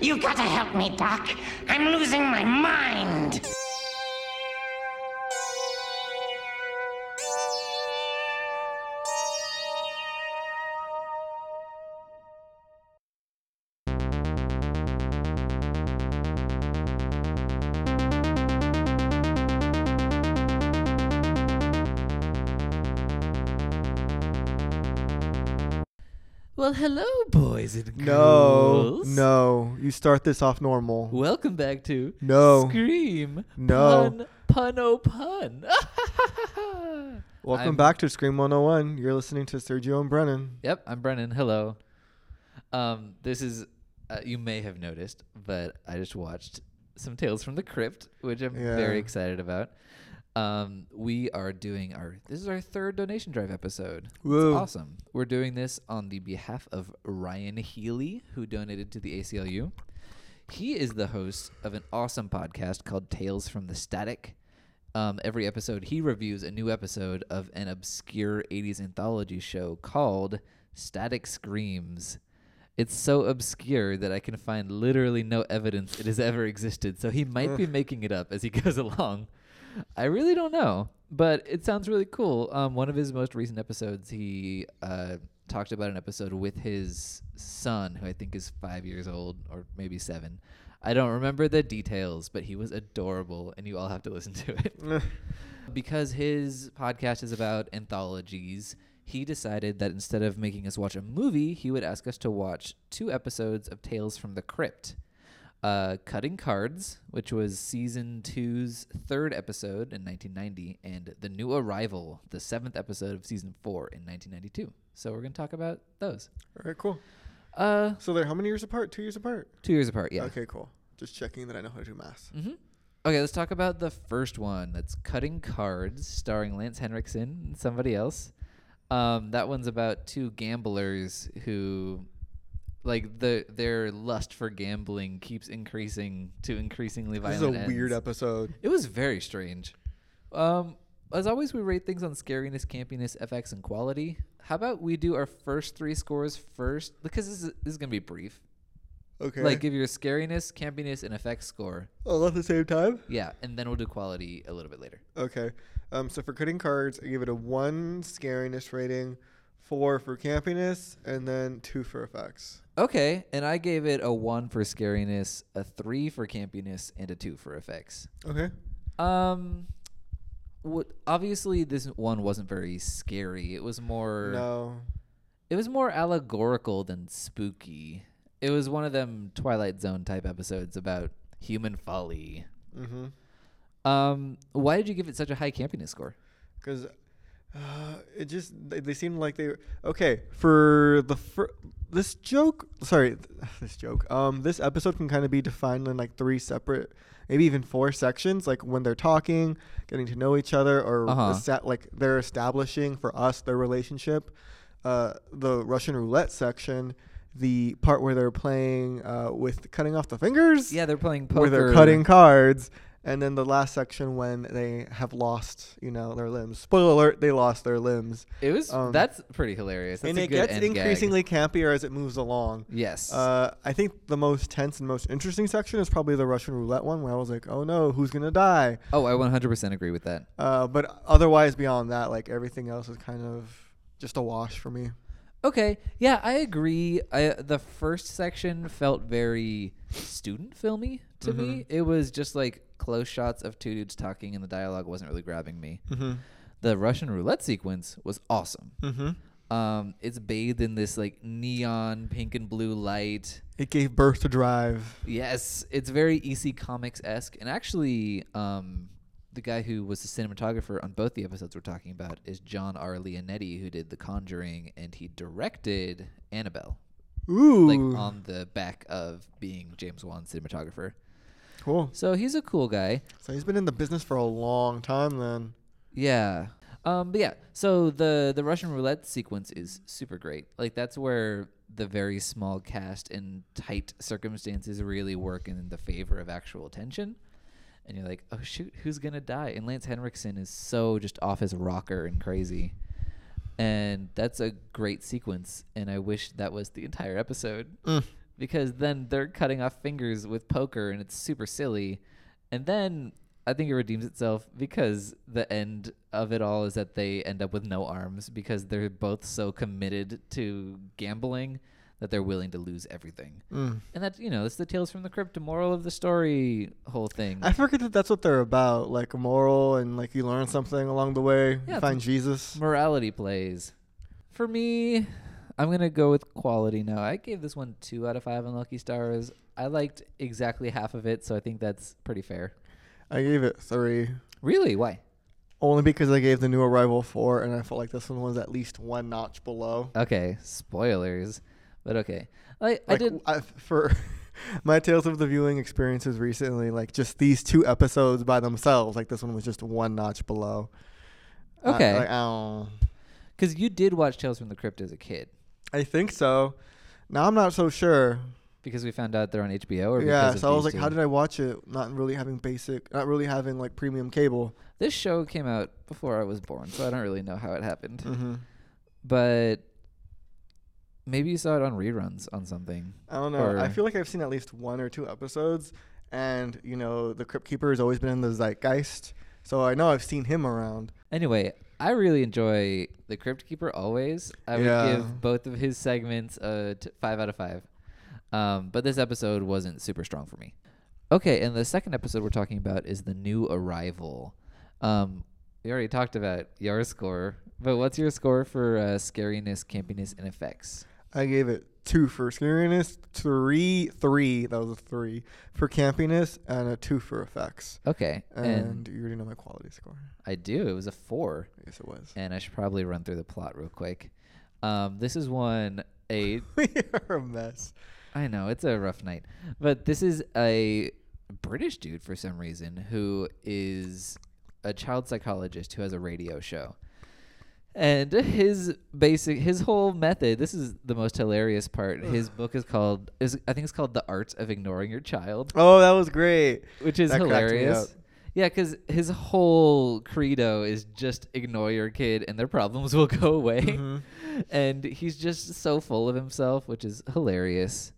You gotta help me, Doc. I'm losing my mind. Well, hello, Oh, boys and No, girls. no. You start this off normal. Welcome back to No. Scream. No. Pun, pun, oh, pun. Welcome I'm- back to Scream 101. You're listening to Sergio and Brennan. Yep, I'm Brennan. Hello. Um, this is, uh, you may have noticed, but I just watched some Tales from the Crypt, which I'm very Yeah. excited about. Um, we are doing our, this is our third donation drive episode. Woo. It's awesome. We're doing this on the behalf of Ryan Healy, who donated to the ACLU. He is the host of an awesome podcast called Tales from the Static. Um, every episode, he reviews a new episode of an obscure 80s anthology show called Static Screams. It's so obscure that I can find literally no evidence it has ever existed, so he might be making it up as he goes along. I really don't know, but it sounds really cool. Um, one of his most recent episodes, he uh, talked about an episode with his son, who I think is five years old or maybe seven. I don't remember the details, but he was adorable, and you all have to listen to it. because his podcast is about anthologies, he decided that instead of making us watch a movie, he would ask us to watch two episodes of Tales from the Crypt uh, Cutting Cards, which was season two's third episode in 1990, and The New Arrival, the seventh episode of season four in 1992. So we're going to talk about those. All right, cool. Uh, So they're how many years apart? Two years apart? two years apart, yeah. Okay, cool. Just checking that I know how to do math. hmm Okay, let's talk about the first one. That's Cutting Cards, starring Lance Henriksen and somebody else. Um, that one's about two gamblers who, like the their lust for gambling keeps increasing to increasingly This is violent. a ends. weird episode. It was very strange. Um, as always, we rate things on scariness, campiness, FX, and quality. How about we do our first three scores first? Because this is, this is gonna be brief. Okay. Like, give your scariness, campiness, and FX score. all at the same time? Yeah, and then we'll do quality a little bit later. Okay. Um, so for cutting cards, I give it a one scariness rating, four for campiness, and then two for effects. Okay, and I gave it a one for scariness, a three for campiness, and a two for effects. Okay. Um, what? Obviously, this one wasn't very scary. It was more. No. It was more allegorical than spooky. It was one of them Twilight Zone type episodes about human folly. Mm-hmm. Um, why did you give it such a high campiness score? because uh, it just they, they seemed like they were okay for the fir- this joke sorry th- this joke um this episode can kind of be defined in like three separate maybe even four sections like when they're talking getting to know each other or Uh-huh. esta- like they're establishing for us their relationship uh the russian roulette section the part where they're playing uh, with cutting off the fingers Yeah, they're playing poker. where they're cutting cards, and then the last section when they have lost, you know, their limbs. Spoiler alert: they lost their limbs, It was. um, that's pretty hilarious. That's and a it good gets end gag. increasingly campier as it moves along. Yes. Uh, I think the most tense and most interesting section is probably the Russian roulette one, where I was like, "Oh no, who's gonna die?" oh, I 100% agree with that. Uh, but otherwise, beyond that, like everything else is kind of just a wash for me. Okay. Yeah, I agree. I, the first section felt very student filmy to me. It was just like close shots of two dudes talking, and the dialogue wasn't really grabbing me. The Russian roulette sequence was awesome. Mm-hmm. Um, it's bathed in this like neon pink and blue light. It gave birth to Drive. Yes, it's very EC Comics esque, and actually, um, the guy who was the cinematographer on both the episodes we're talking about is John R. Leonetti, who did The Conjuring, and he directed Annabelle, Ooh, like uh, on the back of being James Wan's cinematographer. cool. So he's a cool guy. So he's been in the business for a long time then. Yeah. Um, but yeah, so the the Russian roulette sequence is super great. Like that's where the very small cast and tight circumstances really work in the favor of actual tension. And you're like, oh shoot, who's gonna die? And Lance Henriksen is so just off his rocker and crazy. Mm. And that's a great sequence, and I wish that was the entire episode. because then they're cutting off fingers with poker and it's super silly. And then I think it redeems itself because the end of it all is that they end up with no arms because they're both so committed to gambling that they're willing to lose everything. Mm. And that, you know, it's the Tales from the Crypt moral of the story whole thing. I forget that that's what they're about, like moral and like you learn something along the way. Yeah, you it's find a- Jesus. morality plays. For me, I'm gonna go with quality now. I gave this one two out of five on Lucky Stars. I liked exactly half of it, so I think that's pretty fair. I gave it three, Really? Why? only because I gave the new arrival four, and I felt like this one was at least one notch below. Okay, spoilers. But okay, I I Like, did. I, for my tales of the viewing experiences recently, like just these two episodes by themselves, like this one was just one notch below. I- Okay. uh, like, I don't- Because you did watch Tales from the Crypt as a kid, I think so. Now I'm not so sure. because we found out they're on HBO. Or yeah, because so I was like, how did I watch it? Not really having basic, not really having like premium cable. This show came out before I was born, so I don't really know how it happened. Mm-hmm. But maybe you saw it on reruns on something. I don't know. I Or- feel like I've seen at least one or two episodes, and you know, the Crypt Keeper has always been in the zeitgeist, so I know I've seen him around. Anyway, I really enjoy the Crypt Keeper always. I Yeah. would give both of his segments a t- five out of five. Um, but this episode wasn't super strong for me. Okay, and the second episode we're talking about is the new arrival. Um, we already talked about your score, but what's your score for uh, scariness, campiness, and effects? I gave it two for scariness, three, three. That was a three for campiness, and a two for effects. Okay, And, and you already know my quality score. I do. It was a four. Yes, it was. and I should probably run through the plot real quick. Um, this is one a we are a mess. I know it's a rough night, but this is a British dude for some reason who is a child psychologist who has a radio show. And his basic, his whole method. This is the most hilarious part. His book is called, is I think it's called "The Art of Ignoring Your Child." Oh, that was great. which is That cracked me up. hilarious. Yeah, because his whole credo is just ignore your kid and their problems will go away. Mm-hmm. And he's just so full of himself, which is hilarious.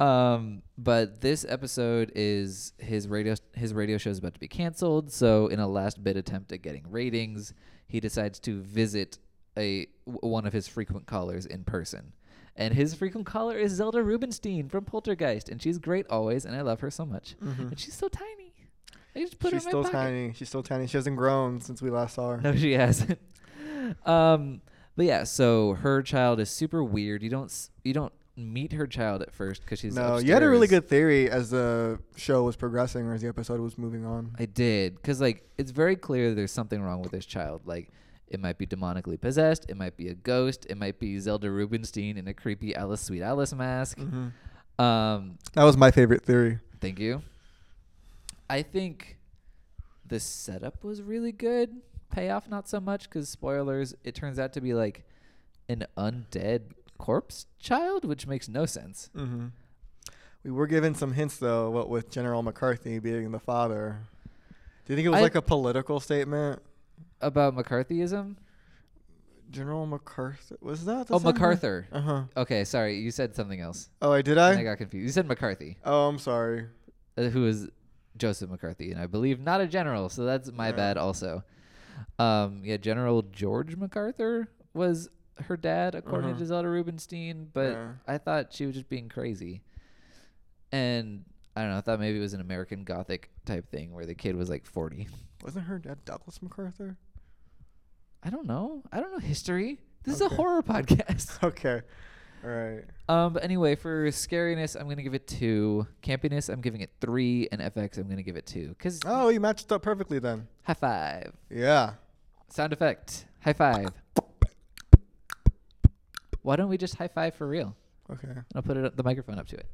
Um, but this episode is his radio his radio show is about to be canceled. So in a last bit attempt at getting ratings, he decides to visit a w- one of his frequent callers in person. And his frequent caller is Zelda Rubinstein from Poltergeist, and she's great always, and I love her so much. And she's so tiny. I just put Mm-hmm. She's her in my still pocket. tiny. She's still tiny. She hasn't grown since we last saw her. No, she hasn't. um, but yeah, so her child is super weird. You don't s- you don't meet her child at first because she's No, you had a really upstairs. good theory as the show was progressing or as the episode was moving on. I did because like it's very clear there's something wrong with this child. Like it might be demonically possessed. It might be a ghost. It might be Zelda Rubinstein in a creepy Alice Sweet Alice mask. Um, That was my favorite theory. thank you. I think the setup was really good. Payoff not so much because spoilers. It turns out to be like an undead corpse child, which makes no sense. Mm-hmm. We were given some hints though, what with General McCarthy being the father. Do you think it was I- like a political statement? About McCarthyism. General MacArthur was that? oh, MacArthur. Uh huh. Okay, sorry, you said something else. Oh, I did and I I? got confused. You said McCarthy. Oh, I'm sorry. uh, who is Joseph McCarthy, and I believe not a general, so that's my Yeah. bad also. Um, yeah, General George MacArthur was her dad, according Uh-huh. to Zelda Rubinstein, but Yeah. I thought she was just being crazy. And I don't know, I thought maybe it was an American Gothic type thing where the kid was like 40. Wasn't her dad Douglas MacArthur? I don't know. I don't know history. This is Okay. a horror podcast. Okay. All right. Um, but anyway, for scariness, I'm gonna give it two. Campiness, I'm giving it three, and FX, I'm gonna give it two. Cause Oh, you matched up perfectly then. high five. Yeah. Sound effect. High five. Why don't we just high five for real? Okay. I'll put it up, the microphone up to it.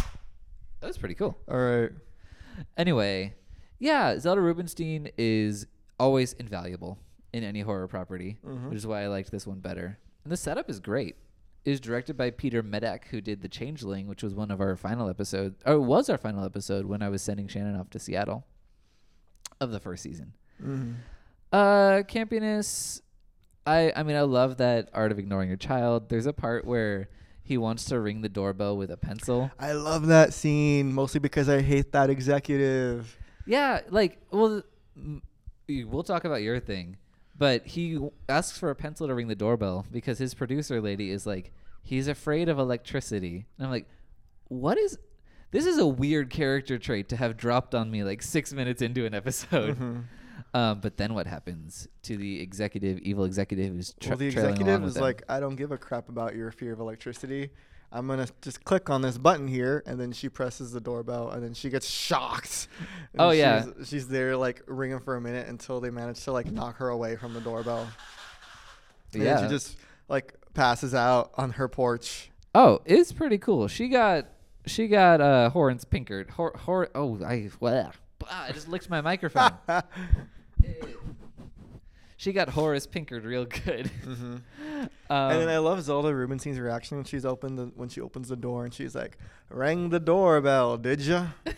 That was pretty cool. All right. Anyway, yeah, Zelda Rubinstein is always invaluable in any horror property, which is why I liked this one better. And the setup is great. It is directed by Peter Medak, who did The Changeling, which was one of our final episodes, or was our final episode when I was sending Shannon off to Seattle of the first season. Uh, campiness. I I mean I love that art of ignoring your child. There's a part where He wants to ring the doorbell with a pencil. I love that scene mostly because I hate that executive. Yeah, like well, m- y- we'll talk about your thing, but he w- asks for a pencil to ring the doorbell because his producer lady is like, he's afraid of electricity, and I'm like, what is? This is a weird character trait to have dropped on me like six minutes into an episode. Mm-hmm. Um, but then what happens to the executive, evil executive who's tra- well, the trailing along executive with is them? like, I don't give a crap about your fear of electricity. I'm gonna just click on this button here, and then she presses the doorbell, and then she gets shocked. And Oh, yeah. she's, she's there like ringing for a minute until they manage to like knock her away from the doorbell. And then Yeah. she just like passes out on her porch. Oh, it's pretty cool. She got she got uh Horns Pinkert. Hor, hor oh I well I just licked my microphone. Mm-hmm. she got Horace Pinkert real good. Um, and Mm-hmm. then I love Zelda Rubinstein's reaction when she's opened the, when she opens the door and she's like, "Rang the doorbell, did ya?" it,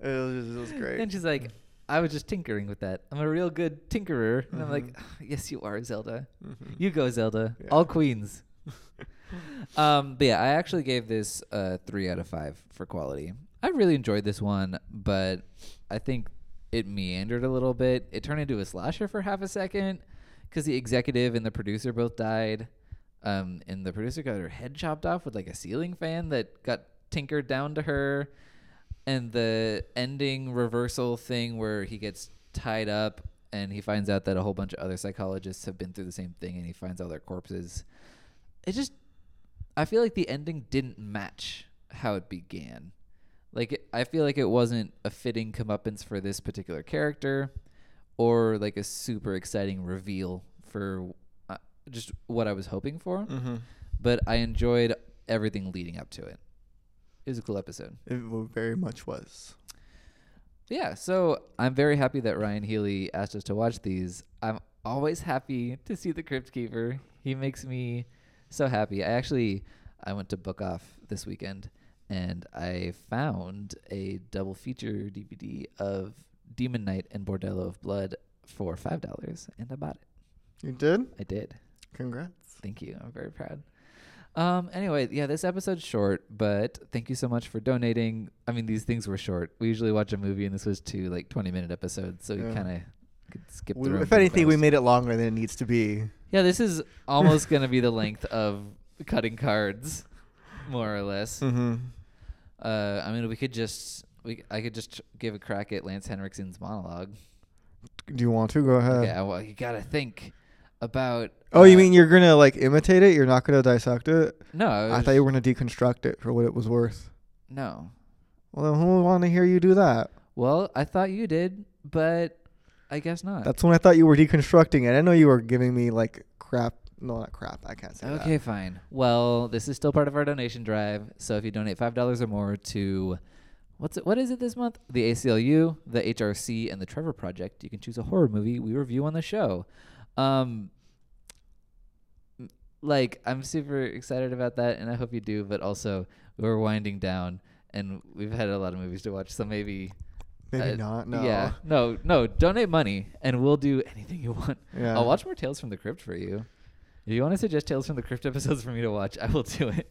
was, it was great. and she's like, I was just tinkering with that. I'm a real good tinkerer. And I'm like, "Ah, yes, you are, Zelda. You go, Zelda. Mm-hmm. Yeah. All queens. um, but yeah, I actually gave this uh, three out of five for quality. I really enjoyed this one, but I think it meandered a little bit. It turned into a slasher for half a second because the executive and the producer both died. Um, and the producer got her head chopped off with like a ceiling fan that got tinkered down to her. And the ending reversal thing where he gets tied up and he finds out that a whole bunch of other psychologists have been through the same thing and he finds all their corpses it just i feel like the ending didn't match how it began like it, i feel like it wasn't a fitting comeuppance for this particular character or like a super exciting reveal for uh, just what i was hoping for Mhm. but i enjoyed everything leading up to it it was a cool episode It w- very much was. yeah so i'm very happy that ryan healy asked us to watch these i'm always happy to see the crypt keeper he makes me so happy i actually i went to book off this weekend and i found a double feature dvd of demon knight and bordello of blood for five dollars and i bought it You did? i did Congrats. Thank you. I'm very proud. Um, anyway, yeah, this episode's short, but thank you so much for donating. I mean, these things were short. We usually watch a movie, and this was two like 20 minute episodes, so we Yeah. kind of could skip We, the room. if anything, we fast. made it longer than it needs to be. Yeah, this is almost gonna be the length of cutting cards, more or less. Mm-hmm. Uh, I mean, we could just we I could just give a crack at Lance Henriksen's monologue. Do you want to go ahead? okay, I, well, you gotta think about. Uh. Oh, you uh, mean you're gonna like imitate it? You're not gonna dissect it? No, I, I thought you were gonna deconstruct it for what it was worth. no. Well, then who would want to hear you do that? Well, I thought you did, but I guess not. That's when I thought you were deconstructing it. I know you were giving me like crap. No, not crap. I can't say that. okay, fine. Well, this is still part of our donation drive. So if you donate five dollars or more to what's it, what is it this month? The ACLU, the HRC, and the Trevor Project, you can choose a horror movie we review on the show. Um, m- like I'm super excited about that, and I hope you do. But also, we're winding down, and we've had a lot of movies to watch, so maybe. Maybe uh, not. No. Yeah. No, no. Donate money and we'll do anything you want. Yeah. I'll watch more Tales from the Crypt for you. If you want to suggest Tales from the Crypt episodes for me to watch, I will do it.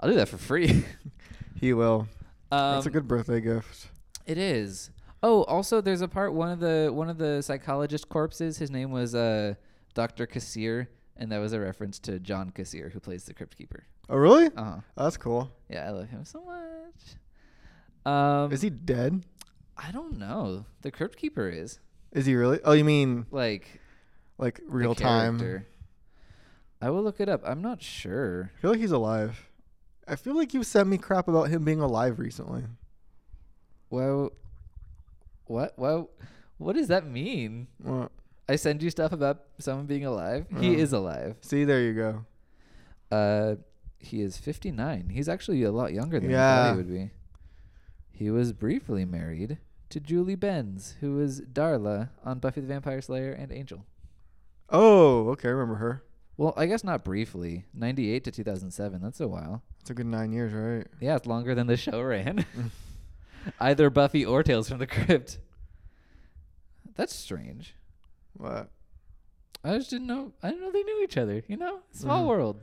I'll do that for free. He will. um, That's a good birthday gift. It is. Oh, also there's a part one of the one of the psychologist corpses. His name was uh, Doctor Kassir, and that was a reference to John Kassir, who plays the Crypt Keeper. Oh, really? Uh huh. That's cool. Yeah, I love him so much. Um, Is he dead? I don't know. The Crypt Keeper is Is he really? Oh, you mean like like the real time? character. I will look it up. I'm not sure. I feel like he's alive. I feel like you sent me crap about him being alive recently. Well, what? Well, what does that mean? Well, I send you stuff about someone being alive. He Oh. is alive. see, there you go. Uh, he is 59. He's actually a lot younger than I thought Yeah. he would be. He was briefly married to Julie Benz, who is Darla on Buffy the Vampire Slayer and Angel. Oh, okay. I remember her. Well, I guess not briefly. 98 to 2007. That's a while. It's a good nine years, right? Yeah, it's longer than the show ran. Either Buffy or Tales from the Crypt. That's strange. What? I just didn't know. I didn't know they knew each other. You know, small Mhm. world.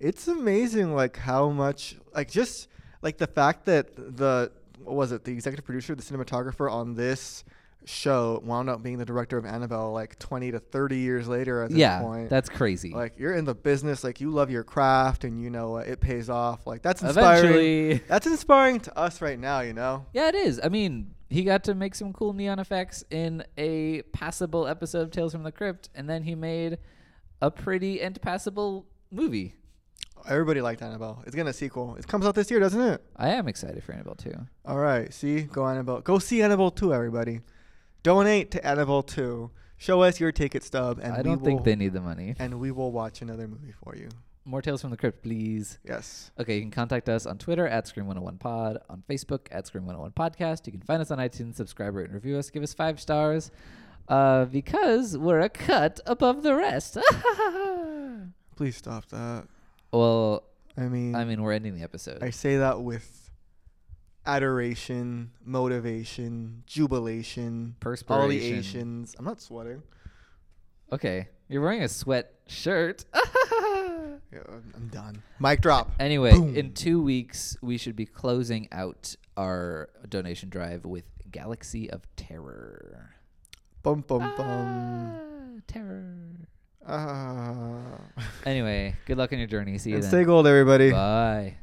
it's amazing like how much like just like the fact that the what was it the executive producer the cinematographer on this show wound up being the director of Annabelle like 20 to 30 years later at this yeah, point. that's crazy. like you're in the business like you love your craft and you know uh, it pays off like that's inspiring Eventually, that's inspiring to us right now you know yeah, it is. I mean, he got to make some cool neon effects in a passable episode of Tales from the Crypt, and then he made a pretty and passable movie. everybody liked Annabelle it's gonna sequel it comes out this year doesn't it I am excited for Annabelle too. all right see go Annabelle go see Annabelle 2 everybody donate to Annabelle 2 show us your ticket stub and I don't we think will, they need the money. and we will watch another movie for you More Tales from the Crypt, please. yes Okay, you can contact us on Twitter at Scream 101 Pod, on Facebook at Scream 101 Podcast. You can find us on iTunes, subscribe, rate, and review us. Give us five stars uh, because we're a cut above the rest. please stop that well, I mean I mean, we're ending the episode. I say that with adoration, motivation, jubilation, all the Perspiration. Asians. I'm not sweating. Okay, you're wearing a sweat shirt. Yeah, I'm I'm done. Mic drop. anyway, Boom. in two weeks, we should be closing out our donation drive with Galaxy of Terror. Bum bum bum. Ah, terror. Ah. Anyway, good luck on your journey. See you and then. stay gold, everybody. Bye.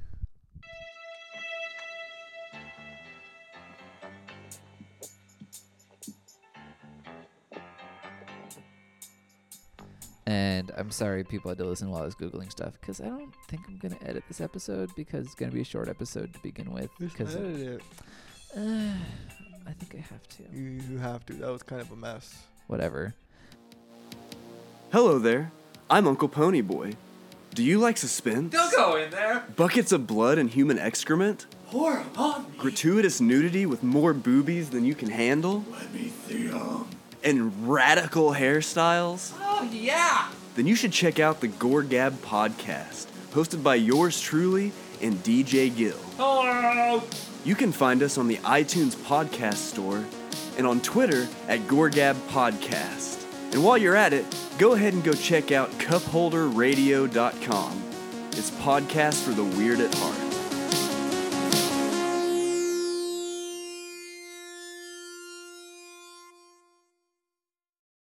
And I'm sorry people had to listen while I was Googling stuff because I don't think I'm going to edit this episode because it's going to be a short episode to begin with. Just Because edit it. I think I have to. You, you have to. That was kind of a mess. Whatever. Hello there. I'm Uncle Ponyboy. Do you like suspense? Don't go in there. Buckets of blood and human excrement? Pour upon me. Gratuitous nudity with more boobies than you can handle? Let me see 'em. And radical hairstyles? Oh, yeah. Then you should check out the Gore Gab podcast, hosted by yours truly and DJ Gill. Oh, You can find us on the iTunes Podcast Store and on Twitter at Gorgab Podcast. And while you're at it, go ahead and go check out cupholderradio.com. It's podcast for the weird at heart.